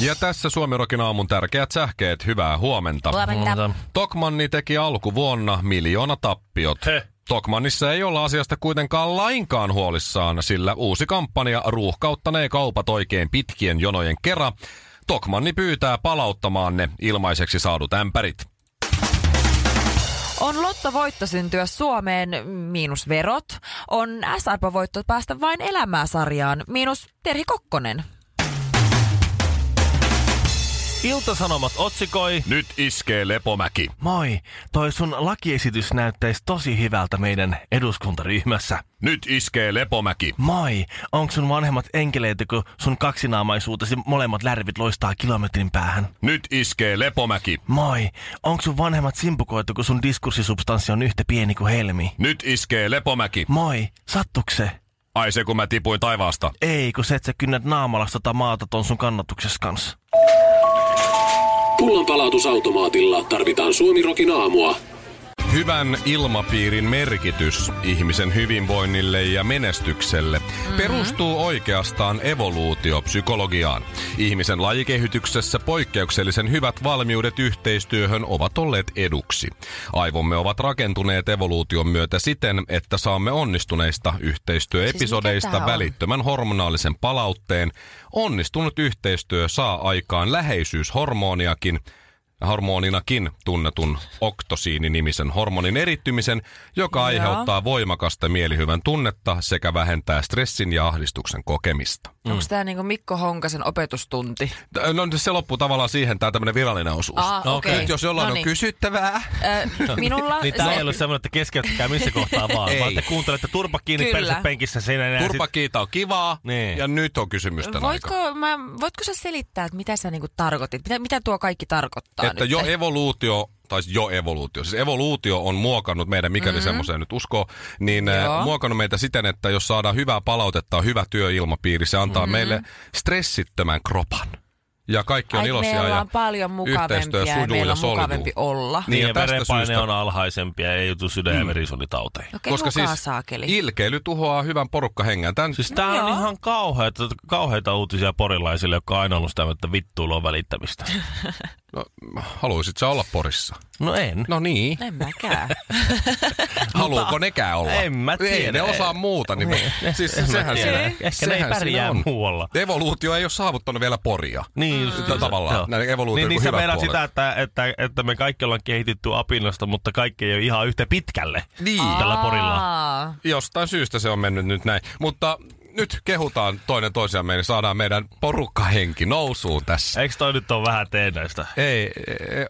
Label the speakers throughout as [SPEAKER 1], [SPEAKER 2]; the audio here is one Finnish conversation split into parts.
[SPEAKER 1] Ja tässä Suomirokin aamun tärkeät sähkeet. Hyvää huomenta.
[SPEAKER 2] Huomenta.
[SPEAKER 1] Tokmanni teki alkuvuonna miljoona tappiot.
[SPEAKER 3] Heh.
[SPEAKER 1] Tokmannissa ei olla asiasta kuitenkaan lainkaan huolissaan, sillä uusi kampanja ruuhkauttanee kaupat oikein pitkien jonojen kera. Tokmanni pyytää palauttamaan ne ilmaiseksi saadut ämpärit.
[SPEAKER 4] On lottovoitto syntyä Suomeen, miinus verot. On SRP-voitto päästä vain elämää sarjaan, miinus Terhi Kokkonen.
[SPEAKER 3] Iltasanomat otsikoi.
[SPEAKER 1] Nyt iskee lepomäki.
[SPEAKER 3] Moi, toi sun lakiesitys näyttäisi tosi hyvältä meidän eduskuntaryhmässä.
[SPEAKER 1] Nyt iskee lepomäki.
[SPEAKER 3] Moi, onks sun vanhemmat enkeleitä, kun sun kaksinaamaisuutesi molemmat lärvit loistaa kilometrin päähän?
[SPEAKER 1] Nyt iskee lepomäki.
[SPEAKER 3] Moi, onks sun vanhemmat simpukoitu, kun sun diskurssisubstanssi on yhtä pieni kuin helmi?
[SPEAKER 1] Nyt iskee lepomäki.
[SPEAKER 3] Moi, sattukse?
[SPEAKER 1] Ai se kun mä tipuin taivaasta.
[SPEAKER 3] Ei, kun se et sä kynnät naamalla tota maata ton sun kannatuksessa kanssa.
[SPEAKER 5] Pullonpalautusautomaatilla tarvitaan Suomirokin aamua.
[SPEAKER 1] Hyvän ilmapiirin merkitys ihmisen hyvinvoinnille ja menestykselle
[SPEAKER 4] Mhm.
[SPEAKER 1] perustuu oikeastaan evoluutiopsykologiaan. Ihmisen lajikehityksessä poikkeuksellisen hyvät valmiudet yhteistyöhön ovat olleet eduksi. Aivomme ovat rakentuneet evoluution myötä siten, että saamme onnistuneista yhteistyöepisodeista
[SPEAKER 4] Siis tää on?
[SPEAKER 1] välittömän hormonaalisen palautteen. Onnistunut yhteistyö saa aikaan läheisyyshormoniakin – hormoninakin tunnetun oktosiini-nimisen hormonin erittymisen, joka
[SPEAKER 4] Joo.
[SPEAKER 1] aiheuttaa voimakasta mielihyvän tunnetta sekä vähentää stressin ja ahdistuksen kokemista.
[SPEAKER 4] Mm. Onko tämä niinku Mikko Honkasen opetustunti?
[SPEAKER 1] T- No se loppuu tavallaan siihen, tämä tämmöinen virallinen osuus.
[SPEAKER 4] Aa, No, okei. okei.
[SPEAKER 1] Nyt jos jollain
[SPEAKER 4] Noniin.
[SPEAKER 1] on kysyttävää.
[SPEAKER 4] Ö, minulla
[SPEAKER 3] Niin tää ei ole semmoinen, että keskeyttäkää missä kohtaa vaan,
[SPEAKER 1] Ei.
[SPEAKER 3] vaan te kuuntelette turpa kiinni
[SPEAKER 4] Kyllä.
[SPEAKER 3] persepenkissä siinä enää
[SPEAKER 1] Turpa kiita on kivaa
[SPEAKER 3] Niin.
[SPEAKER 1] ja nyt on kysymysten aika.
[SPEAKER 4] voitko, mä, voitko sä selittää, että mitä sä niinku tarkoitit? Mitä, mitä tuo kaikki tarkoittaa
[SPEAKER 1] Että
[SPEAKER 4] nyt?
[SPEAKER 1] jo evoluutio, tai jo evoluutio, siis evoluutio on muokannut meidän, mikäli mm-hmm. semmoiseen nyt uskoo, niin ä,
[SPEAKER 4] Joo.
[SPEAKER 1] muokannut meitä siten, että jos saadaan hyvää palautetta, hyvä työilmapiiri, se antaa mm-hmm. meille stressittömän kropan. Ja kaikki on
[SPEAKER 4] Ai,
[SPEAKER 1] iloisia
[SPEAKER 4] me
[SPEAKER 1] ja
[SPEAKER 4] ollaan paljon mukavampia
[SPEAKER 1] yhteistyö
[SPEAKER 4] ja,
[SPEAKER 1] sujuu ja,
[SPEAKER 4] meillä on
[SPEAKER 1] soljuu.
[SPEAKER 4] mukavampi olla.
[SPEAKER 1] Niin,
[SPEAKER 3] Niin,
[SPEAKER 1] ja
[SPEAKER 3] ja Mm.
[SPEAKER 1] tästä
[SPEAKER 3] verenpaine
[SPEAKER 1] syystä-
[SPEAKER 3] on alhaisempi ja ei joutu sydän- ja verisuonitauteihin.
[SPEAKER 4] No koska siis saakeli.
[SPEAKER 1] ilkeily tuhoaa hyvän porukkahengen. Tän, siis
[SPEAKER 3] Siis tää on
[SPEAKER 4] No joo.
[SPEAKER 3] ihan kauheita, kauheita uutisia porilaisille, jotka on aina ollut sitä, että vittuilu on välittämistä.
[SPEAKER 1] haluisit sä olla Porissa?
[SPEAKER 3] No en.
[SPEAKER 1] No niin.
[SPEAKER 4] En mäkään.
[SPEAKER 1] Haluuko nekään olla?
[SPEAKER 3] en mä
[SPEAKER 1] Ei,
[SPEAKER 3] tiedä.
[SPEAKER 1] ne
[SPEAKER 3] Ei.
[SPEAKER 1] osaa muuta. Niin siis
[SPEAKER 3] En mä
[SPEAKER 1] sehän
[SPEAKER 3] tiedä.
[SPEAKER 1] siinä,
[SPEAKER 3] Ehkä ne ei
[SPEAKER 1] sehän siinä
[SPEAKER 3] pärjää
[SPEAKER 1] on.
[SPEAKER 3] muualla.
[SPEAKER 1] Evoluutio ei ole saavuttanut vielä Poria.
[SPEAKER 4] Mm.
[SPEAKER 3] Niin, just
[SPEAKER 1] Tällä tavalla.
[SPEAKER 3] Joo.
[SPEAKER 1] Näin evoluutio
[SPEAKER 3] niin,
[SPEAKER 1] on
[SPEAKER 3] niin
[SPEAKER 1] kuin
[SPEAKER 3] sä
[SPEAKER 1] hyvät
[SPEAKER 3] meinaat
[SPEAKER 1] puolet.
[SPEAKER 3] sitä, että, että, että, me kaikki ollaan kehitytty apinasta, mutta kaikki ei ole ihan yhtä pitkälle
[SPEAKER 1] Niin.
[SPEAKER 3] tällä porilla.
[SPEAKER 4] Aa,
[SPEAKER 1] Jostain syystä se on mennyt nyt näin. Mutta nyt kehutaan toinen toisiaan meidän, saadaan meidän porukkahenki nousuun tässä.
[SPEAKER 3] Eikö toi nyt ole vähän teennäistä?
[SPEAKER 1] Ei, ei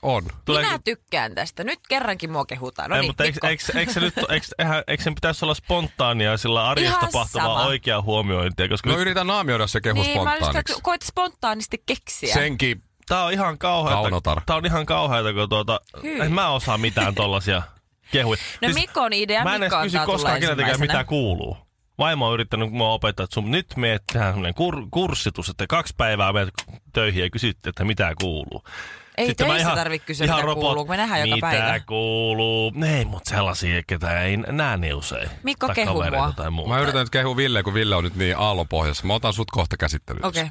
[SPEAKER 1] on.
[SPEAKER 4] Minä tykkään tästä. Nyt kerrankin mua kehutaan. No
[SPEAKER 3] Ei,
[SPEAKER 4] niin,
[SPEAKER 3] mutta eikö,
[SPEAKER 4] Mikko.
[SPEAKER 3] eikö, eikö, se nyt, eikö, eihän, eikö sen pitäisi olla spontaania sillä arjessa
[SPEAKER 4] Ihan
[SPEAKER 3] tapahtuvaa
[SPEAKER 4] sama.
[SPEAKER 3] oikea huomiointia, koska
[SPEAKER 1] No
[SPEAKER 3] nyt,
[SPEAKER 1] yritän naamioida se kehu
[SPEAKER 4] Niin, mä just,
[SPEAKER 1] spontaaniksi.
[SPEAKER 4] että koit spontaanisti keksiä.
[SPEAKER 1] Senkin
[SPEAKER 3] tää on ihan kauheata.
[SPEAKER 1] Kaunotar.
[SPEAKER 3] Tää on ihan kauheata, kun tuota,
[SPEAKER 4] Hyi.
[SPEAKER 3] en mä osaa mitään tollasia kehuja. Siis
[SPEAKER 4] No Mikon idea,
[SPEAKER 3] Mä en edes
[SPEAKER 4] Mikko
[SPEAKER 3] kysy
[SPEAKER 4] antaa
[SPEAKER 3] koskaan
[SPEAKER 4] tulla
[SPEAKER 3] keneltäkään,
[SPEAKER 4] ensimmäisenä.
[SPEAKER 3] mitä kuuluu. Vaimo on yrittänyt mua opettaa, että sun nyt me tehdään semmoinen kur- kurssitus, että kaksi päivää menet töihin ja kysyt, että mitä kuuluu.
[SPEAKER 4] Ei
[SPEAKER 3] Sitten mä
[SPEAKER 4] töissä tarvitse kysyä, mitä kuuluu, kun me nähdään joka
[SPEAKER 3] mitä
[SPEAKER 4] päivä.
[SPEAKER 3] kuuluu? Ei, mutta sellaisia, ketä ei näe ne usein.
[SPEAKER 4] Mikko,
[SPEAKER 3] Tai
[SPEAKER 4] kehu
[SPEAKER 3] kavereita
[SPEAKER 4] mua.
[SPEAKER 3] Tai muuta.
[SPEAKER 1] Mä yritän nyt kehua Ville, kun Ville on nyt niin aallonpohjassa. Mä otan sut kohta käsittelyyn.
[SPEAKER 4] Okei.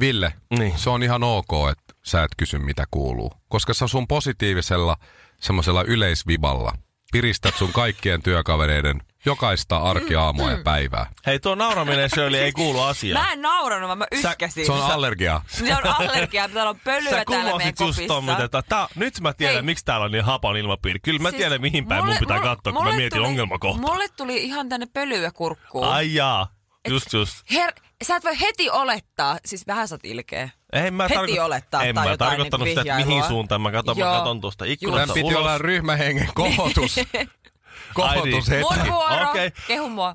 [SPEAKER 1] Ville, niin.
[SPEAKER 3] Niin.
[SPEAKER 1] se on ihan ok, että sä et kysy mitä kuuluu. Koska sä sun positiivisella semmoisella yleisviballa piristät sun kaikkien työkavereiden jokaista arkiaamua ja päivää.
[SPEAKER 3] Hei, tuo nauraminen Shirley ei kuulu asiaan.
[SPEAKER 4] Mä en nauranut, vaan mä yskäsin.
[SPEAKER 3] Siis
[SPEAKER 1] Se on allergia.
[SPEAKER 4] Se on allergia, täällä on pölyä
[SPEAKER 3] Sä
[SPEAKER 4] täällä meidän
[SPEAKER 3] kuvasit just ton,
[SPEAKER 4] kopissa.
[SPEAKER 3] mitä tää- tää, nyt mä tiedän,
[SPEAKER 4] Hei.
[SPEAKER 3] miksi täällä on niin hapan ilmapiiri. Kyllä mä
[SPEAKER 4] Siis
[SPEAKER 3] tiedän, mihin päin mun pitää
[SPEAKER 4] mulle-
[SPEAKER 3] katsoa, kun mä
[SPEAKER 4] mulle
[SPEAKER 3] mietin
[SPEAKER 4] tuli-
[SPEAKER 3] ongelmakohtaa.
[SPEAKER 4] Mulle tuli ihan tänne pölyä kurkkuun.
[SPEAKER 3] Ai jaa, just just.
[SPEAKER 4] Her, sä et voi heti olettaa, siis vähän sä oot ilkeä.
[SPEAKER 3] En mä
[SPEAKER 4] Heti
[SPEAKER 3] tarko-
[SPEAKER 4] olettaa
[SPEAKER 3] en
[SPEAKER 4] tai
[SPEAKER 3] mä
[SPEAKER 4] jotain
[SPEAKER 3] tarkoittanut sitä,
[SPEAKER 4] niinku
[SPEAKER 3] että mihin
[SPEAKER 4] vihjailua.
[SPEAKER 3] suuntaan. Mä katon,
[SPEAKER 4] Joo.
[SPEAKER 3] mä katon tuosta
[SPEAKER 1] Tämän
[SPEAKER 3] ikkunasta
[SPEAKER 1] piti
[SPEAKER 3] ulos.
[SPEAKER 1] olla ryhmähengen kohotus.
[SPEAKER 3] Ai niin.
[SPEAKER 1] kohotus hetki.
[SPEAKER 4] Mun vuoro,
[SPEAKER 3] Okei.
[SPEAKER 4] kehu mua.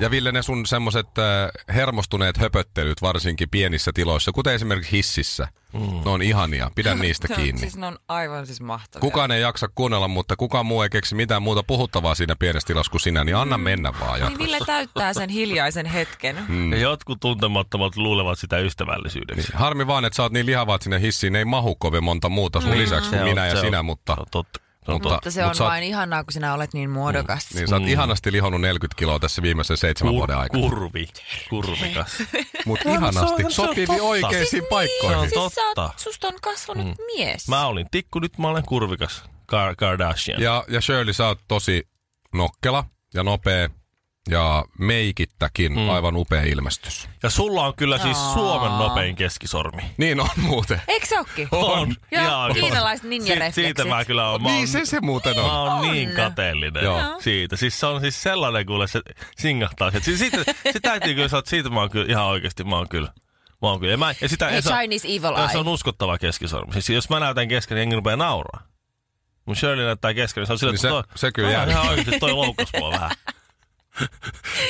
[SPEAKER 1] Ja Ville, ne sun semmoset äh, hermostuneet höpöttelyt varsinkin pienissä tiloissa, kuten esimerkiksi hississä, mm. ne on ihania. Pidä niistä
[SPEAKER 4] Ne on-
[SPEAKER 1] kiinni.
[SPEAKER 4] Siis ne on aivan siis mahtavia.
[SPEAKER 1] Kukaan ei jaksa kuunnella, mutta kukaan muu ei keksi mitään muuta puhuttavaa siinä pienessä tilassa kuin sinä, niin anna mennä vaan. Ja...
[SPEAKER 4] Niin Ville täyttää sen hiljaisen hetken.
[SPEAKER 3] Mm. Ja jotkut tuntemattomat luulevat sitä ystävällisyydeksi.
[SPEAKER 1] Harmi vaan, että sä oot niin lihavaat sinne hissiin, ei mahu kovin monta muuta sun lisäksi kuin
[SPEAKER 3] Se on-
[SPEAKER 1] minä ja
[SPEAKER 3] se on-
[SPEAKER 1] sinä, mutta...
[SPEAKER 3] Se on totta. Se on
[SPEAKER 1] mutta-
[SPEAKER 3] totta.
[SPEAKER 4] Mutta se
[SPEAKER 1] mut
[SPEAKER 4] on
[SPEAKER 1] sä oot-
[SPEAKER 4] vain ihanaa, kun sinä olet niin muodokas.
[SPEAKER 1] Niin, sä oot ihanasti lihonnut 40 kiloa tässä viimeisen seitsemän
[SPEAKER 3] Kur-
[SPEAKER 1] vuoden aikana.
[SPEAKER 3] kurvi. Kurvikas.
[SPEAKER 1] Mutta ihanasti. Sopivi oikeisiin
[SPEAKER 3] Se
[SPEAKER 1] paikkoihin.
[SPEAKER 3] on
[SPEAKER 4] Siis sä
[SPEAKER 3] totta.
[SPEAKER 4] oot, susta on kasvanut mm. mies.
[SPEAKER 3] Mä olin tikku, nyt mä olen kurvikas. Kar- Kardashian.
[SPEAKER 1] Ja, ja Shirley, sä oot tosi nokkela ja nopea ja meikittäkin mm. aivan upea ilmestys.
[SPEAKER 3] Ja sulla on kyllä siis Suomen nopein keskisormi.
[SPEAKER 1] Niin on muuten.
[SPEAKER 4] Eikö se ookin?
[SPEAKER 3] On.
[SPEAKER 4] Joo,
[SPEAKER 3] Ihan on.
[SPEAKER 4] kiinalaiset
[SPEAKER 3] Oh,
[SPEAKER 4] ninjarefleksit.
[SPEAKER 3] Si- Siitä mä kyllä oon. Mä oon,
[SPEAKER 1] Niin se se muuten
[SPEAKER 3] mä
[SPEAKER 1] on.
[SPEAKER 3] oon niin kateellinen
[SPEAKER 1] Joo.
[SPEAKER 3] siitä. Siis se on siis sellainen, kuule se singahtaa. sieltä. Siis siitä, sitä täytyy kyllä sanoa, että siitä mä oon kyllä ihan oikeasti, mä oon kyllä. Mä oon kyllä. Ja Mä, ja sitä,
[SPEAKER 4] Ei
[SPEAKER 3] ja se on-
[SPEAKER 4] Niin, Chinese evil
[SPEAKER 3] ja se
[SPEAKER 4] eye.
[SPEAKER 3] on uskottava keskisormi. Siis jos mä näytän kesken, niin jengi rupeaa nauraa. Mun Shirley näyttää kesken, niin se on sillä,
[SPEAKER 1] Niin se,
[SPEAKER 3] että toi,
[SPEAKER 1] se kyllä
[SPEAKER 3] Ihan-
[SPEAKER 1] jää.
[SPEAKER 3] ihan oikeasti toi loukkas mua vähän.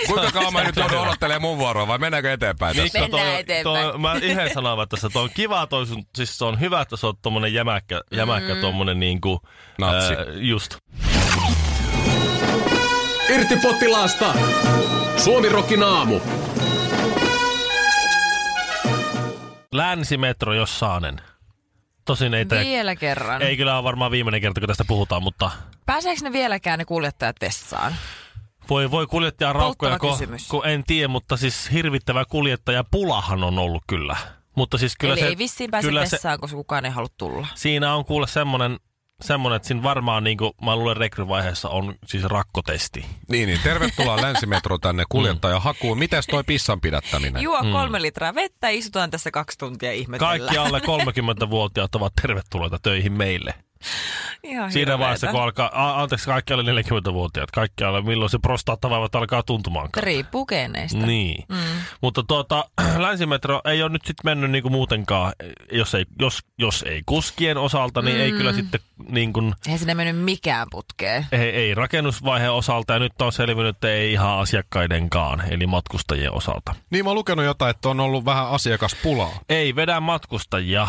[SPEAKER 1] Kuinka kauan mä nyt joudun odottelemaan mun vuoroa vai mennäänkö eteenpäin tässä?
[SPEAKER 3] Siis
[SPEAKER 4] Mennään eteenpäin.
[SPEAKER 3] Toi, mä itse sanoin tässä, että on kiva toi sun, siis se on hyvä, että sä oot tommonen jämäkkä, jämäkkä mm. tommonen niinku...
[SPEAKER 1] Natsi.
[SPEAKER 3] ää, just.
[SPEAKER 5] Irti potilaasta! Suomirokin aamu.
[SPEAKER 3] Länsimetro, jos saanen. Tosin ei tää,
[SPEAKER 4] Vielä kerran.
[SPEAKER 3] ei kyllä ole varmaan viimeinen kerta, kun tästä puhutaan, mutta
[SPEAKER 4] Pääseekö ne vieläkään ne kuljettajat vessaan?
[SPEAKER 3] voi, voi kuljettajan raukkoja,
[SPEAKER 4] Polttava
[SPEAKER 3] kun,
[SPEAKER 4] kysymys.
[SPEAKER 3] kun, en tiedä, mutta siis hirvittävä kuljettaja pulahan on ollut kyllä. Mutta siis kyllä se,
[SPEAKER 4] Kyllä Eli se, ei vissiin pääse
[SPEAKER 3] kyllä se,
[SPEAKER 4] vessaan, koska kukaan ei halua tulla.
[SPEAKER 3] siinä on kuule semmonen, semmonen, että siinä varmaan niinku, mä luulen rekryvaiheessa on siis rakkotesti.
[SPEAKER 1] Niin, niin. Tervetuloa Länsimetro tänne kuljettaja hakuun. Mites toi pissan
[SPEAKER 3] Mm.
[SPEAKER 1] pidättäminen?
[SPEAKER 4] Juo kolme litraa vettä, istutaan tässä kaksi tuntia ihmetellään.
[SPEAKER 3] Kaikki alle 30-vuotiaat ovat tervetuloita töihin meille.
[SPEAKER 4] Ihan
[SPEAKER 3] Siinä
[SPEAKER 4] hirveetä.
[SPEAKER 3] vaiheessa, kun alkaa, a, anteeksi, kaikki alle 40-vuotiaat, kaikki alle, milloin se prostaatavaivat alkaa tuntumaan.
[SPEAKER 4] Riippuu geneistä.
[SPEAKER 3] Niin. Mm. Mutta tuota, länsimetro ei ole nyt sitten mennyt niinku muutenkaan, jos ei, jos, jos ei kuskien osalta, niin mm. ei kyllä sitten niin kuin,
[SPEAKER 4] Eihän sinne mennyt mikään putkeen.
[SPEAKER 3] ei, ei rakennusvaiheen osalta ja nyt on selvinnyt, että ei ihan asiakkaidenkaan, eli matkustajien osalta.
[SPEAKER 1] Niin mä oon lukenut jotain, että on ollut vähän asiakaspulaa.
[SPEAKER 3] Ei vedä matkustajia.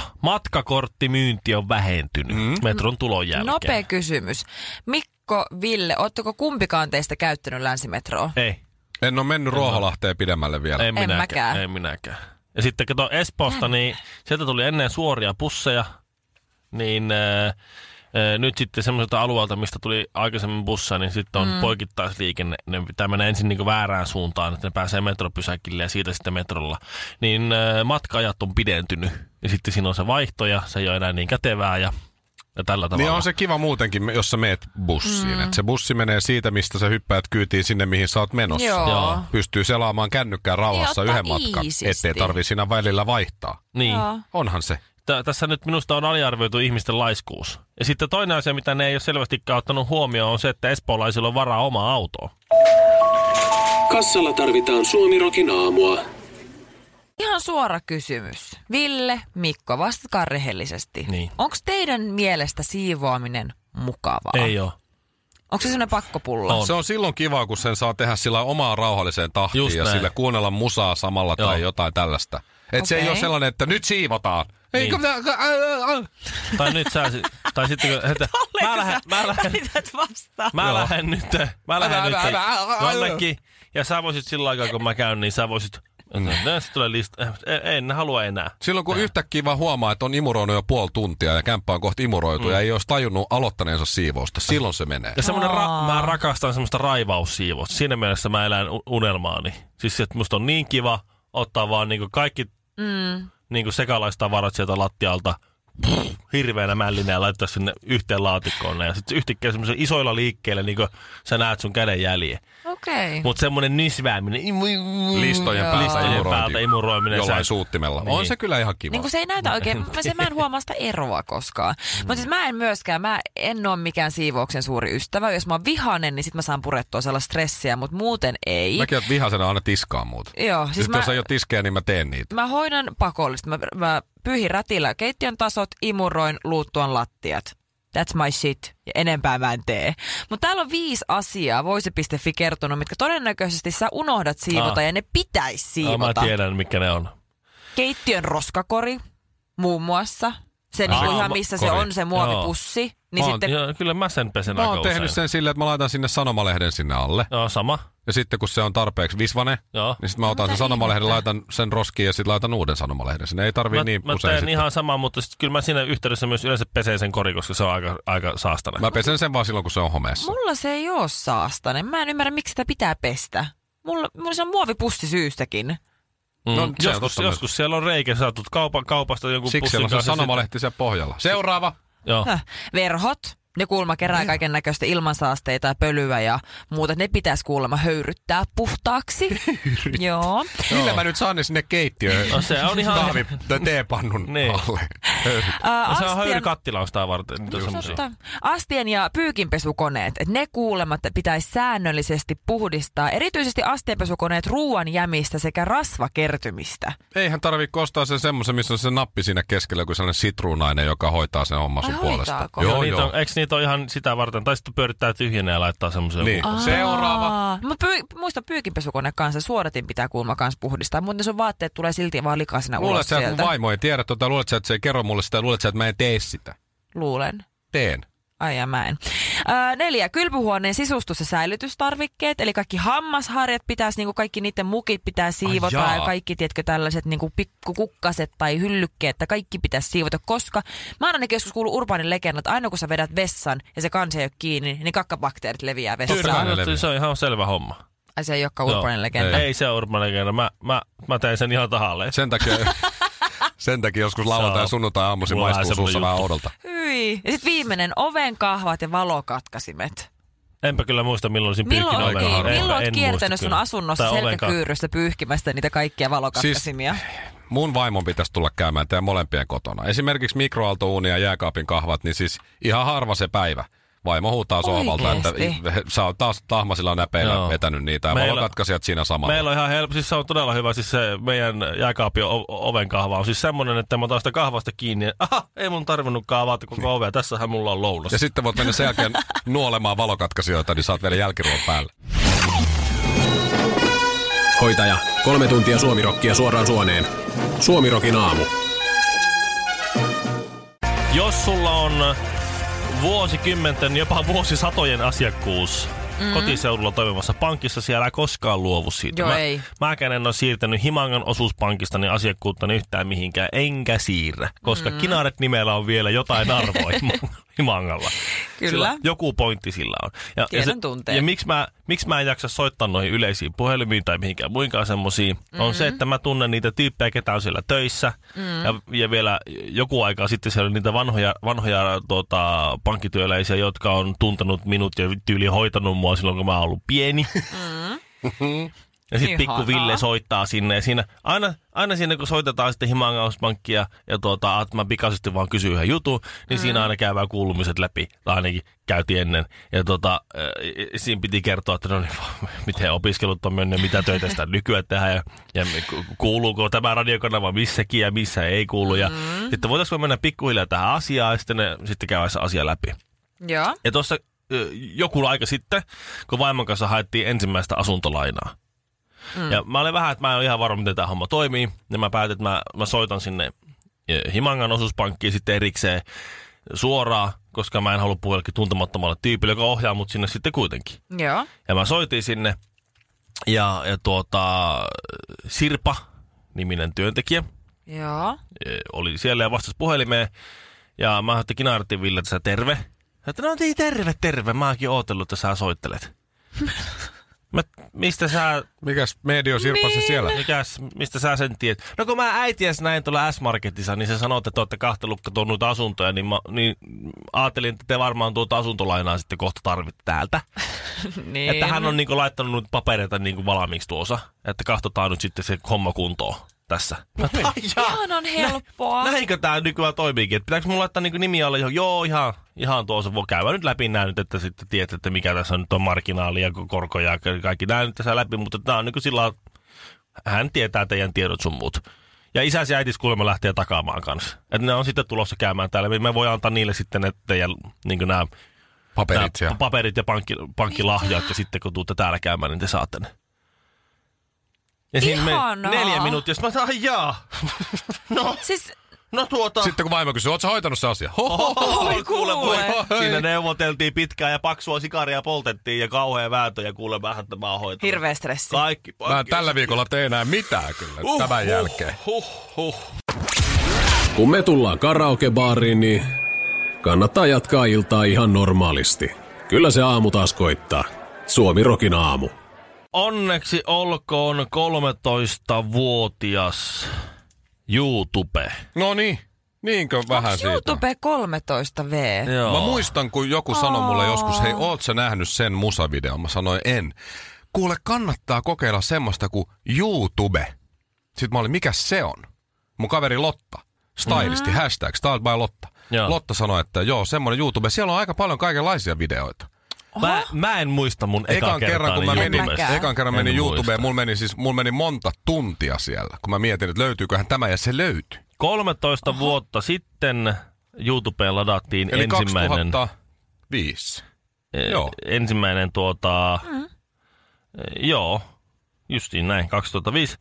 [SPEAKER 3] Matkakorttimyynti on vähentynyt mm. metron tulon jälkeen.
[SPEAKER 4] Nopea kysymys. Mikko, Ville, ootteko kumpikaan teistä käyttänyt länsimetroa?
[SPEAKER 3] Ei,
[SPEAKER 1] En oo mennyt Ruoholahteen pidemmälle vielä.
[SPEAKER 3] en minäkään.
[SPEAKER 4] mäkään.
[SPEAKER 3] En minäkään. Ja sitten kato Espoosta, niin sieltä tuli ennen suoria pusseja, niin ää, ää, nyt sitten semmoiselta alueelta, mistä tuli aikaisemmin bussia, niin sitten on mm. poikittaisliikenne. Ne pitää mennä ensin niin väärään suuntaan, että ne pääsee metropysäkille ja siitä sitten metrolla. Niin ää, matkaajat on pidentynyt. Ja sitten siinä on se vaihto ja se ei ole enää niin kätevää ja, ja tällä tavalla.
[SPEAKER 1] Niin on se kiva muutenkin, jos sä meet bussiin. Mm. Et se bussi menee siitä, mistä sä hyppäät kyytiin sinne, mihin sä oot menossa.
[SPEAKER 4] Joo. Joo.
[SPEAKER 1] Pystyy selaamaan kännykkään rauhassa
[SPEAKER 4] Niin,
[SPEAKER 1] yhden
[SPEAKER 4] ottaa
[SPEAKER 1] matkan,
[SPEAKER 4] iisisti.
[SPEAKER 1] ettei tarvi siinä välillä vaihtaa.
[SPEAKER 3] Niin.
[SPEAKER 4] Joo.
[SPEAKER 1] Onhan se.
[SPEAKER 3] Tä- tässä nyt minusta on aliarvioitu ihmisten laiskuus. Ja sitten toinen asia, mitä ne ei ole selvästikään ottanut huomioon, on se, että espoolaisilla on varaa oma autoon.
[SPEAKER 5] Kassalla tarvitaan Suomirokin aamua.
[SPEAKER 4] Ihan suora kysymys. Ville, Mikko, vastatkaa rehellisesti.
[SPEAKER 3] Niin.
[SPEAKER 4] Onko teidän mielestä siivoaminen mukavaa?
[SPEAKER 3] ole.
[SPEAKER 4] Onko se sellainen pakkopulla?
[SPEAKER 1] Se on silloin kiva, kun sen saa tehdä sillä omaa rauhalliseen tahtiin
[SPEAKER 3] Just
[SPEAKER 1] ja
[SPEAKER 3] näin.
[SPEAKER 1] sillä kuunnella musaa samalla Joo. tai
[SPEAKER 3] Joo.
[SPEAKER 1] jotain tällaista. Et se ei
[SPEAKER 4] Okei.
[SPEAKER 1] ole sellainen, että nyt siivotaan. Ei,
[SPEAKER 3] Niin.
[SPEAKER 1] kun- ä- ä- ä-
[SPEAKER 3] Tai nyt sä, tai sitten kun, että, mä lähden, mä lähden,
[SPEAKER 4] Mität vastaan?
[SPEAKER 3] mä lähden nyt, mä lähden nyt jonnekin. Ja sä voisit sillä aikaa, kun mä käyn, niin sä voisit, näistä tulee eh, lista, en, en halua enää.
[SPEAKER 1] Silloin kun yhtäkkiä vaan huomaa, että on imuroinut jo puoli tuntia ja kämppä on kohta imuroitu mm. ja ei olisi tajunnut aloittaneensa siivousta, silloin se menee.
[SPEAKER 3] Ja semmonen ra- mä rakastan semmoista raivaussiivousta. Siinä mielessä mä elän u- unelmaani. Siis että musta on niin kiva ottaa vaan niinku kaikki mm. niinku sekalaistavarat sieltä lattialta pff, hirveänä mällinä ja laittaa sinne yhteen laatikkoon. ne. Ja sitten yhtäkkiä semmoisella isoilla liikkeillä niinku sä näet sun käden jäljen.
[SPEAKER 4] Okei.
[SPEAKER 3] Mutta semmonen nysvääminen. im- im-
[SPEAKER 1] Listojen päältä
[SPEAKER 3] listojen
[SPEAKER 1] imurointi.
[SPEAKER 3] päältä imuroiminen.
[SPEAKER 1] Jollain
[SPEAKER 3] sä-
[SPEAKER 1] suuttimella. Niin.
[SPEAKER 3] Niin.
[SPEAKER 1] On se kyllä ihan kiva.
[SPEAKER 4] Niin kuin se ei näytä oikein, mä, se, mä en huomaa sitä eroa koskaan. Mm. Mutta siis mä en myöskään, mä en ole mikään siivouksen suuri ystävä. Jos mä oon vihanen, niin sit mä saan purettua sellaista stressiä, mutta muuten ei.
[SPEAKER 1] Mäkin oot vihasena aina tiskaa muuta.
[SPEAKER 4] Joo, siis
[SPEAKER 1] Siis
[SPEAKER 4] mä,
[SPEAKER 1] jos ei ole tiskejä, niin mä teen niitä.
[SPEAKER 4] mä hoidan pakollista. Mä, mä pyyhin rätillä keittiön tasot, imuroin, luuttuan lattiat. That's my shit. Ja enempää mä en tee. Mutta täällä on viisi asiaa, voisi.fi kertonut, mitkä todennäköisesti sä unohdat siivota
[SPEAKER 3] Aa.
[SPEAKER 4] ja ne pitäisi
[SPEAKER 3] Ah, mä
[SPEAKER 4] siivota.
[SPEAKER 3] tiedän, mikä ne on.
[SPEAKER 4] Keittiön roskakori muun muassa. Se niinku
[SPEAKER 3] Aa,
[SPEAKER 4] ihan
[SPEAKER 3] Ah, ma-
[SPEAKER 4] missä se
[SPEAKER 1] kori.
[SPEAKER 4] on se muovipussi. Niin
[SPEAKER 3] Mä oon-
[SPEAKER 4] sitten
[SPEAKER 3] joo, kyllä mä sen pesen
[SPEAKER 1] Mä
[SPEAKER 3] aika
[SPEAKER 1] oon
[SPEAKER 3] usein.
[SPEAKER 1] tehnyt sen silleen, että mä laitan sinne sanomalehden sinne alle.
[SPEAKER 3] Joo, sama.
[SPEAKER 1] Ja sitten kun se on tarpeeksi visvane,
[SPEAKER 3] Joo.
[SPEAKER 1] niin sitten mä otan sen sanomalehden, laitan sen roskiin ja sitten laitan uuden sanomalehden sinne. Ei tarvii
[SPEAKER 3] Mä,
[SPEAKER 1] niin
[SPEAKER 3] mä
[SPEAKER 1] usein
[SPEAKER 3] teen
[SPEAKER 1] sitten.
[SPEAKER 3] ihan samaa, mutta sit kyllä mä siinä yhteydessä myös yleensä peseen sen kori, koska se on aika, aika saastainen.
[SPEAKER 1] Mä pesen sen vaan silloin, kun se on homeessa.
[SPEAKER 4] mulla se ei ole saastainen. Mä en ymmärrä, miksi sitä pitää pestä. Mulla, mulla se on muovipussi syystäkin.
[SPEAKER 3] Mm.
[SPEAKER 1] No, se on
[SPEAKER 3] joskus,
[SPEAKER 1] totta myös.
[SPEAKER 3] joskus siellä on reikä, sä tulet kaupa, kaupasta jonkun
[SPEAKER 1] Siksi
[SPEAKER 3] pussin
[SPEAKER 1] siellä on se
[SPEAKER 3] kanssa.
[SPEAKER 1] sanomalehti siellä pohjalla. Seuraava!
[SPEAKER 3] sitten- Joo.
[SPEAKER 4] Häh. Verhot, ne kuulemma kerää kaiken näköistä ilmansaasteita ja pölyä ja muuta. Ne pitäisi kuulemma höyryttää puhtaaksi. Joo.
[SPEAKER 1] Millä mä nyt saan ne sinne keittiöön?
[SPEAKER 3] No se on ihan...
[SPEAKER 1] Kahvi, tai teepannun
[SPEAKER 3] Niin.
[SPEAKER 1] alle.
[SPEAKER 4] Ää,
[SPEAKER 3] No, se on
[SPEAKER 4] astien-
[SPEAKER 3] höyrykattila on sitä varten. Niitä on semmosia.
[SPEAKER 4] Totta. Astien ja pyykinpesukoneet, et ne kuulemat pitäisi säännöllisesti puhdistaa, erityisesti astienpesukoneet ruoan jämistä sekä rasvakertymistä.
[SPEAKER 1] Eihän tarvii ostaa sen semmoisen, missä on se nappi siinä keskellä, kuin sellainen sitruunainen, joka hoitaa sen homman sun
[SPEAKER 4] Ai,
[SPEAKER 1] puolesta.
[SPEAKER 4] hoitaako?
[SPEAKER 1] Joo,
[SPEAKER 3] Joo, niitä
[SPEAKER 1] joo.
[SPEAKER 3] on, eikö niitä ole ihan sitä varten? Tai sitten pyörittää tyhjänä ja laittaa semmoisen.
[SPEAKER 1] Niin. Seuraava.
[SPEAKER 4] Aa, Mä pyy- muista pyykinpesukone kanssa, suodatin pitää kuulemma kanssa puhdistaa, muuten sun vaatteet tulee silti vaan likaisena
[SPEAKER 1] Luulet
[SPEAKER 4] ulos
[SPEAKER 1] sä, että mun
[SPEAKER 4] sieltä.
[SPEAKER 1] vaimo ei tiedä tuota, luulet sä, että se ei kerro mulle sitä, luulet sä, että mä en tee sitä.
[SPEAKER 4] Luulen.
[SPEAKER 1] Teen.
[SPEAKER 4] Ai ja mä en. Öö, neljä, kylpyhuoneen sisustus- ja säilytystarvikkeet, eli kaikki hammasharjat pitäisi, niinku kaikki niiden mukit pitää siivota
[SPEAKER 1] jaa.
[SPEAKER 4] ja kaikki, tietkö, tällaiset niinku pikkukukkaset tai hyllykkeet, että kaikki pitäisi siivota, koska mä oon ainakin joskus kuullut urbaanin legendan, että aina kun sä vedät vessan ja se kansi ei ole kiinni, niin kakkabakteerit leviää
[SPEAKER 1] Totta kai.
[SPEAKER 4] vessaan.
[SPEAKER 1] leviää.
[SPEAKER 3] Se on ihan selvä homma.
[SPEAKER 4] Ai se ei olekaan urbaanin
[SPEAKER 3] Joo.
[SPEAKER 4] legenda.
[SPEAKER 3] Ei se on urban legenda. Mä, mä, mä tein sen ihan tahalleen.
[SPEAKER 1] Sen takia, sen takia joskus lauantai ja sunnuntai aamuisin
[SPEAKER 3] Mulla on
[SPEAKER 1] maistuu
[SPEAKER 3] semmonen
[SPEAKER 1] suussa vähän
[SPEAKER 3] juttu.
[SPEAKER 1] oudolta.
[SPEAKER 4] Hyi. Ja sitten viimeinen, oven kahvat ja valokatkasimet.
[SPEAKER 3] Enpä kyllä muista, milloin siinä pyykin
[SPEAKER 4] Milloin,
[SPEAKER 3] oven
[SPEAKER 1] Aika
[SPEAKER 4] niin,
[SPEAKER 1] harvoin.
[SPEAKER 4] milloin
[SPEAKER 3] En
[SPEAKER 4] oot
[SPEAKER 3] muista
[SPEAKER 4] kiertänyt sun
[SPEAKER 3] kyllä.
[SPEAKER 4] asunnossa
[SPEAKER 3] Tai ovenkaan.
[SPEAKER 4] selkäkyyrystä pyyhkimästä niitä kaikkia valokatkasimia?
[SPEAKER 1] Mun vaimon pitäisi tulla käymään teidän molempien kotona. Esimerkiksi mikroaaltouuni ja jääkaapin kahvat, niin siis ihan harva se päivä. Vaimo huutaa sohvalta, että
[SPEAKER 4] Oikeesti?
[SPEAKER 1] sä oot taas tahmasilla näpeillä
[SPEAKER 3] Joo.
[SPEAKER 1] vetänyt niitä ja
[SPEAKER 3] Meillä-
[SPEAKER 1] valokatkaisijat siinä samalla.
[SPEAKER 3] Meillä on ihan helppo, siis se on todella hyvä, siis se meidän jääkaapin o- oven kahva on siis semmonen, että mä otan sitä kahvasta kiinni ja aha, ei mun tarvinnutkaan avata koko ovea, tässähän mulla on lounas.
[SPEAKER 1] Ja sitten voit mennä sen jälkeen nuolemaan valokatkaisijoita, niin saat vielä jälkiruon päälle.
[SPEAKER 5] Hoitaja, kolme tuntia suomirokkia suoraan suoneen. Suomirokin aamu.
[SPEAKER 3] Jos sulla on vuosikymmenten, jopa vuosisatojen asiakkuus mm-hmm. kotiseudulla toimivassa pankissa, siellä ei koskaan luovu siitä.
[SPEAKER 4] Joo,
[SPEAKER 3] mä,
[SPEAKER 4] ei.
[SPEAKER 3] Mäkään en ole siirtänyt Himangan osuuspankista niin asiakkuutta yhtään mihinkään, enkä siirrä, koska
[SPEAKER 4] Mm.
[SPEAKER 3] mm-hmm. kinaret nimellä on vielä jotain arvoa Hima- Himangalla.
[SPEAKER 4] Kyllä.
[SPEAKER 3] Sillä, joku pointti sillä on. Ja,
[SPEAKER 4] Tiedän
[SPEAKER 3] ja,
[SPEAKER 4] tunteen.
[SPEAKER 3] ja miksi, mä, miksi mä en jaksa soittaa noihin yleisiin puhelimiin tai mihinkään muinkaan semmoisiin, mm-hmm. on se,
[SPEAKER 4] Mhm.
[SPEAKER 3] että mä tunnen niitä tyyppejä, ketä on siellä töissä. Mm-hmm. Ja, ja vielä joku aika sitten siellä oli niitä vanhoja, vanhoja tuota, pankkityöläisiä, jotka on tuntenut minut ja tyyli hoitanut mua silloin, kun mä oon ollut pieni. Ja sitten pikku
[SPEAKER 4] Ihanaa.
[SPEAKER 3] Ville soittaa sinne ja siinä, aina, aina siinä kun soitetaan sitten Himangauspankkia ja tuota, että mä pikaisesti vaan kysyn yhden jutun, niin mm. siinä aina käydään kuulumiset läpi, tai ainakin käytiin ennen. Ja tuota, äh, siinä piti kertoa, että no niin, miten opiskelut on mennyt, mitä töitä sitä nykyään tehdään ja, ja ku- kuuluuko tämä radiokanava missäkin ja missä ei kuulu. Ja mm. sitten voitaisiinko mennä pikkuhiljaa tähän asiaan ja sitten, ne, sitten käydään se asia läpi.
[SPEAKER 4] Joo.
[SPEAKER 3] Ja tuossa ö, joku aika sitten, kun vaimon kanssa haettiin ensimmäistä asuntolainaa. Mm. Ja mä olin vähän, että mä en ole ihan varma, miten tämä homma toimii. Ja mä päätin, että mä, mä soitan sinne ö, Himangan osuuspankkiin sitten erikseen suoraan, koska mä en halua puhua jollekin tuntemattomalle tyypille, joka ohjaa mut sinne sitten kuitenkin.
[SPEAKER 4] Joo.
[SPEAKER 3] Ja mä soitin sinne ja, ja tuota, Sirpa, niminen työntekijä,
[SPEAKER 4] Joo.
[SPEAKER 3] ö, oli siellä ja vastasi puhelimeen. Ja mä ajattelin Kinaartin Ville, että sä terve. Sä että no niin, terve, terve. Mä oonkin ootellut, että sä soittelet. mä, mistä sä,
[SPEAKER 1] Mikäs medio sirpasi siellä?
[SPEAKER 3] mikäs, mistä sä sen tiedät? No kun mä äitiäs näin tuolla S-Marketissa, niin se sanoi, että te ootte kahta lukka tuonut asuntoja, niin, mä, niin ajattelin, että te varmaan tuota asuntolainaa sitten kohta tarvitte täältä.
[SPEAKER 4] Niin.
[SPEAKER 3] Että hän on niinku laittanut nyt papereita niinku valmiiksi tuossa, että katsotaan nyt sitten se homma kuntoon tässä. Mä, ajattelin, "Ai jaa."
[SPEAKER 4] Ihan on helppoa.
[SPEAKER 3] Näinkö tämä nykyään toimiikin? Et pitääkö mulla laittaa niinku nimi alle johon? Joo, ihan, ihan tuossa voi käydä nyt läpi nää nyt, että sitten tiedät, että mikä tässä on nyt on marginaali ja korkoja ja kaikki nää nyt tässä läpi, mutta tämä on niinku sillä lailla- hän tietää teidän tiedot sun muut. Ja isäsi ja äitis kuulemma lähtee takaamaan kanssa. Että ne on sitten tulossa käymään täällä. Me voi antaa niille sitten ne teidän niin nämä
[SPEAKER 1] Paperit
[SPEAKER 3] nämä
[SPEAKER 1] ja...
[SPEAKER 3] paperit ja pankki, pankkilahjat ja sitten kun tuutte täällä käymään, niin te saatte ne. Ja
[SPEAKER 4] Ihanaa.
[SPEAKER 3] neljä minuuttia. Sitten mä sanoin, ai jaa. no,
[SPEAKER 4] Siis
[SPEAKER 3] no tuota.
[SPEAKER 1] Sitten kun vaimo kysyy, ootko sä hoitanut se asia? Ho, ho, ho.
[SPEAKER 4] Oi, kuule,
[SPEAKER 1] voi. Oi.
[SPEAKER 3] Siinä neuvoteltiin pitkään ja paksua sikaria poltettiin ja kauhea vääntö ja kuule vähän, että mä oon hoitanut.
[SPEAKER 4] hirveä stressi.
[SPEAKER 3] Kaikki.
[SPEAKER 1] Mä en tällä viikolla tee enää mitään kyllä
[SPEAKER 3] Huh,
[SPEAKER 1] tämän
[SPEAKER 3] huh,
[SPEAKER 1] jälkeen.
[SPEAKER 3] Huh, huh.
[SPEAKER 5] Kun me tullaan karaokebaariin, niin kannattaa jatkaa iltaa ihan normaalisti. Kyllä se aamu taas koittaa. Suomi Rokin aamu.
[SPEAKER 3] Onneksi olkoon 13-vuotias YouTube.
[SPEAKER 1] No niin, niinkö vähän
[SPEAKER 4] Onks
[SPEAKER 1] siitä?
[SPEAKER 4] YouTube 13 V?
[SPEAKER 3] Joo.
[SPEAKER 1] Mä muistan, kun joku sanoi mulle joskus, hei, oot sä nähnyt sen musavideon? Mä sanoin, en. Kuule, kannattaa kokeilla semmoista kuin YouTube. Sitten mä olin, mikä se on? Mun kaveri Lotta, stylisti, mm-hmm. hashtag styled by Lotta.
[SPEAKER 3] Joo.
[SPEAKER 1] Lotta sanoi, että joo, semmoinen YouTube. Siellä on aika paljon kaikenlaisia videoita.
[SPEAKER 3] Mä, mä en muista mun eka niin
[SPEAKER 1] Ekan kerran, kun mä menin,
[SPEAKER 4] YouTubessa.
[SPEAKER 1] ekan kerran menin
[SPEAKER 3] En
[SPEAKER 1] YouTubeen,
[SPEAKER 3] muista.
[SPEAKER 1] mulla meni, siis, mulla meni monta tuntia siellä, kun mä mietin, että löytyyköhän tämä, ja se löytyi.
[SPEAKER 3] 13 Oho. vuotta sitten YouTubeen ladattiin
[SPEAKER 1] Eli
[SPEAKER 3] ensimmäinen,
[SPEAKER 1] 2005.
[SPEAKER 3] eh,
[SPEAKER 1] joo.
[SPEAKER 3] ensimmäinen tuota, mm. joo, justiin näin, 2005,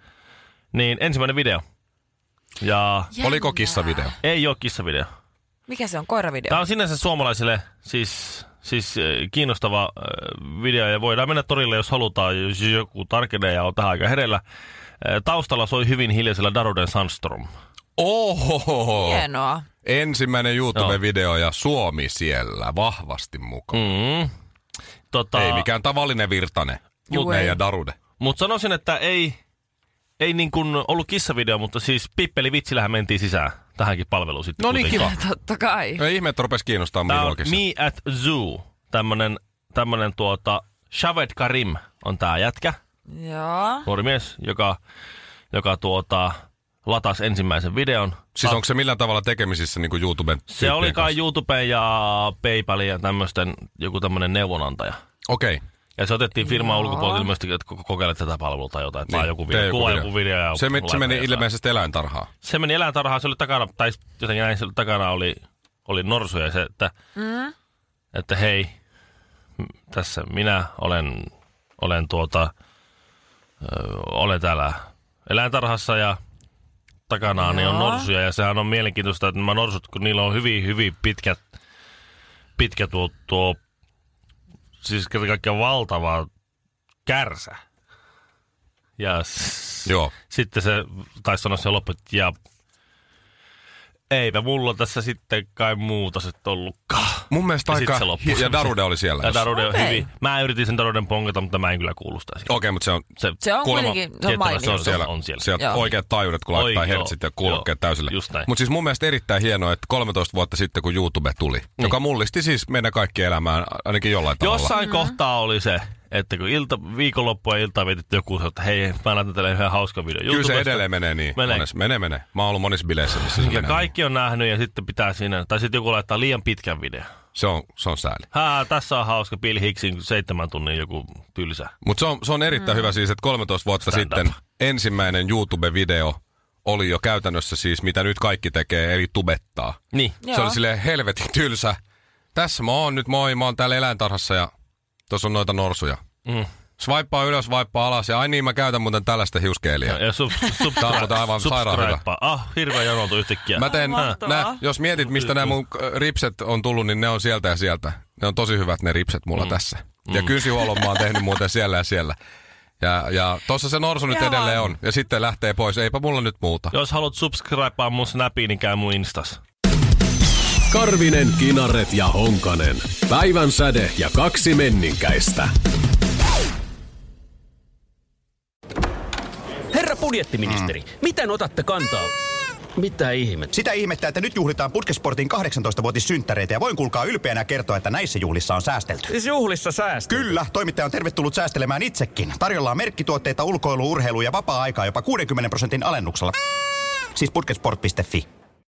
[SPEAKER 3] niin ensimmäinen video. Ja
[SPEAKER 1] Oliko kissavideo?
[SPEAKER 3] ei ole kissavideo.
[SPEAKER 4] Mikä se on? Koiravideo?
[SPEAKER 3] Tämä on sinänsä suomalaisille siis, siis eh, kiinnostava eh, video ja voidaan mennä torille, jos halutaan, jos joku tarkenee ja on tähän aika hereillä. Eh, Taustalla soi hyvin hiljaisella Daruden Sandstorm.
[SPEAKER 1] Oho!
[SPEAKER 4] Hienoa.
[SPEAKER 1] Ensimmäinen YouTube-video ja Suomi siellä vahvasti mukaan.
[SPEAKER 3] Mm. Tota,
[SPEAKER 1] Mm. Ei mikään tavallinen virtane.
[SPEAKER 4] Juu,
[SPEAKER 1] Meidän
[SPEAKER 4] ei.
[SPEAKER 1] ja Darude.
[SPEAKER 3] Mutta sanoisin, että ei, ei niin kuin ollut kissavideo, mutta siis pippeli vitsillähän mentiin sisään tähänkin palveluun sitten.
[SPEAKER 1] No niin,
[SPEAKER 3] kuitenkin.
[SPEAKER 4] Totta kai.
[SPEAKER 1] No Ei ihme, että rupesi kiinnostaa
[SPEAKER 3] Tää on niin
[SPEAKER 1] minuakin. se.
[SPEAKER 3] Me at Zoo, tämmönen, tämmönen tuota, Shaved Karim on tää jätkä,
[SPEAKER 4] Joo.
[SPEAKER 3] nuori mies, joka, joka tuota, latasi ensimmäisen videon.
[SPEAKER 1] Siis onko se millään tavalla tekemisissä niin kuin YouTuben
[SPEAKER 3] Se oli kai YouTubeen ja Paypalin ja tämmöisten, joku tämmönen neuvonantaja.
[SPEAKER 1] Okei. Okay.
[SPEAKER 3] Ja se otettiin firman ulkopuolelta ilmeisesti, että ko- kokeilet tätä palvelua tai jotain, niin, tai joku video, kuva joku video. Ja
[SPEAKER 1] se, me, se
[SPEAKER 3] laita
[SPEAKER 1] meni
[SPEAKER 3] jotain.
[SPEAKER 1] ilmeisesti eläintarhaan.
[SPEAKER 3] se meni eläintarhaan, se oli takana, tai jotenkin näin, se oli takana oli, oli norsuja ja se, että, mm. että hei, m- tässä minä olen, olen tuota, ö, olen täällä eläintarhassa ja takanaan niin on norsuja ja sehän on mielenkiintoista, että nämä norsut, kun niillä on hyvin, hyvin pitkä, pitkä tuo, tuo siis kerta kaikkiaan valtava kärsä. Ja s-
[SPEAKER 1] Joo.
[SPEAKER 3] sitten se taisi sanoa se loppu, että ja eipä mulla tässä sitten kai muuta sitten ollutkaan.
[SPEAKER 1] Mun mielestä
[SPEAKER 3] Ja sit
[SPEAKER 1] aika...
[SPEAKER 3] se loppui.
[SPEAKER 1] Ja Darude oli siellä.
[SPEAKER 3] Ja
[SPEAKER 1] jos-
[SPEAKER 3] Darude on
[SPEAKER 4] Okei.
[SPEAKER 3] hyvin. Mä yritin sen Daruden pongata, mutta mä en kyllä kuulu sitä. siitä.
[SPEAKER 1] Okei, mutta se on
[SPEAKER 4] Se on
[SPEAKER 1] Kuulemma
[SPEAKER 4] kuitenkin, se on
[SPEAKER 3] tiettävästi
[SPEAKER 4] mainio.
[SPEAKER 3] on
[SPEAKER 1] siellä,
[SPEAKER 3] Niin, on siellä.
[SPEAKER 1] sieltä
[SPEAKER 4] Joo.
[SPEAKER 1] oikeat taajuudet, kun laittaa
[SPEAKER 3] Oi, joo,
[SPEAKER 1] hertsit ja kuulokkeet
[SPEAKER 3] joo,
[SPEAKER 1] täysille.
[SPEAKER 3] just näin.
[SPEAKER 1] Mutta siis mun mielestä erittäin hienoa, että 13 vuotta sitten, kun YouTube tuli, niin. joka mullisti siis meidän kaikki elämään ainakin jollain tavalla.
[SPEAKER 4] Mm.
[SPEAKER 3] Jossain kohtaa oli se, että kun ilta, viikonloppua ja iltaa vietit joku, sanoi, että hei, mä laitan tälle yhden hauskan video.
[SPEAKER 1] Kyllä se
[SPEAKER 3] YouTubesta.
[SPEAKER 1] edelleen menee niin.
[SPEAKER 3] Menee.
[SPEAKER 1] Mones, menee, menee. Mä oon ollut monissa bileissä, missä se
[SPEAKER 3] Ja
[SPEAKER 1] menee.
[SPEAKER 3] kaikki on nähnyt ja sitten pitää siinä, tai sitten joku laittaa liian pitkän video.
[SPEAKER 1] Se on, se on sääli.
[SPEAKER 3] Hää, tässä on hauska Bill Hicksin seitsemän tunnin joku tylsä.
[SPEAKER 1] Mutta se on, se on erittäin mm. hyvä siis, että 13 vuotta
[SPEAKER 3] Stand
[SPEAKER 1] sitten
[SPEAKER 3] up.
[SPEAKER 1] ensimmäinen YouTube-video oli jo käytännössä siis, mitä nyt kaikki tekee, eli tubettaa.
[SPEAKER 3] Niin.
[SPEAKER 1] Se
[SPEAKER 4] Joo.
[SPEAKER 1] oli silleen helvetin tylsä. Tässä mä oon nyt, moi, mä oon täällä eläintarhassa ja tuossa on noita norsuja.
[SPEAKER 3] Mm.
[SPEAKER 1] Swipeaa ylös, swipeaa alas ja ai niin, mä käytän muuten tällaista hiuskeilijää.
[SPEAKER 3] Ja sub, sub,
[SPEAKER 1] Tää on muuten aivan sairaan hyvä.
[SPEAKER 3] subscribe. Ah, hirveä jonotu yhtäkkiä.
[SPEAKER 1] Mä teen,
[SPEAKER 4] Mahtavaa.
[SPEAKER 1] nä, jos mietit, mistä nämä mun äh, ripset on tullut, niin ne on sieltä ja sieltä. Ne on tosi hyvät ne ripset mulla mm. tässä. Ja kynsihuollon mä oon tehnyt muuten siellä ja siellä. Ja, ja tossa se norsu nyt
[SPEAKER 4] Jaa.
[SPEAKER 1] edelleen on. Ja sitten lähtee pois. Eipä mulla nyt muuta.
[SPEAKER 3] Jos haluat subscribea mun snapiin, niin käy mun instas.
[SPEAKER 5] Karvinen, Kinaret ja Honkanen. Päivän säde ja kaksi menninkäistä.
[SPEAKER 6] Herra budjettiministeri, mm. miten otatte kantaa? Mitä ihmettä?
[SPEAKER 7] Sitä ihmettä, että nyt juhlitaan Putkesportin 18-vuotissynttäreitä ja voin kuulkaa ylpeänä kertoa, että näissä juhlissa on säästelty.
[SPEAKER 6] Siis juhlissa säästö.
[SPEAKER 7] Kyllä, toimittaja on tervetullut säästelemään itsekin. Tarjolla on merkkituotteita, ulkoilu, urheilu ja vapaa-aikaa jopa 60 prosentin alennuksella. Siis putkesport.fi.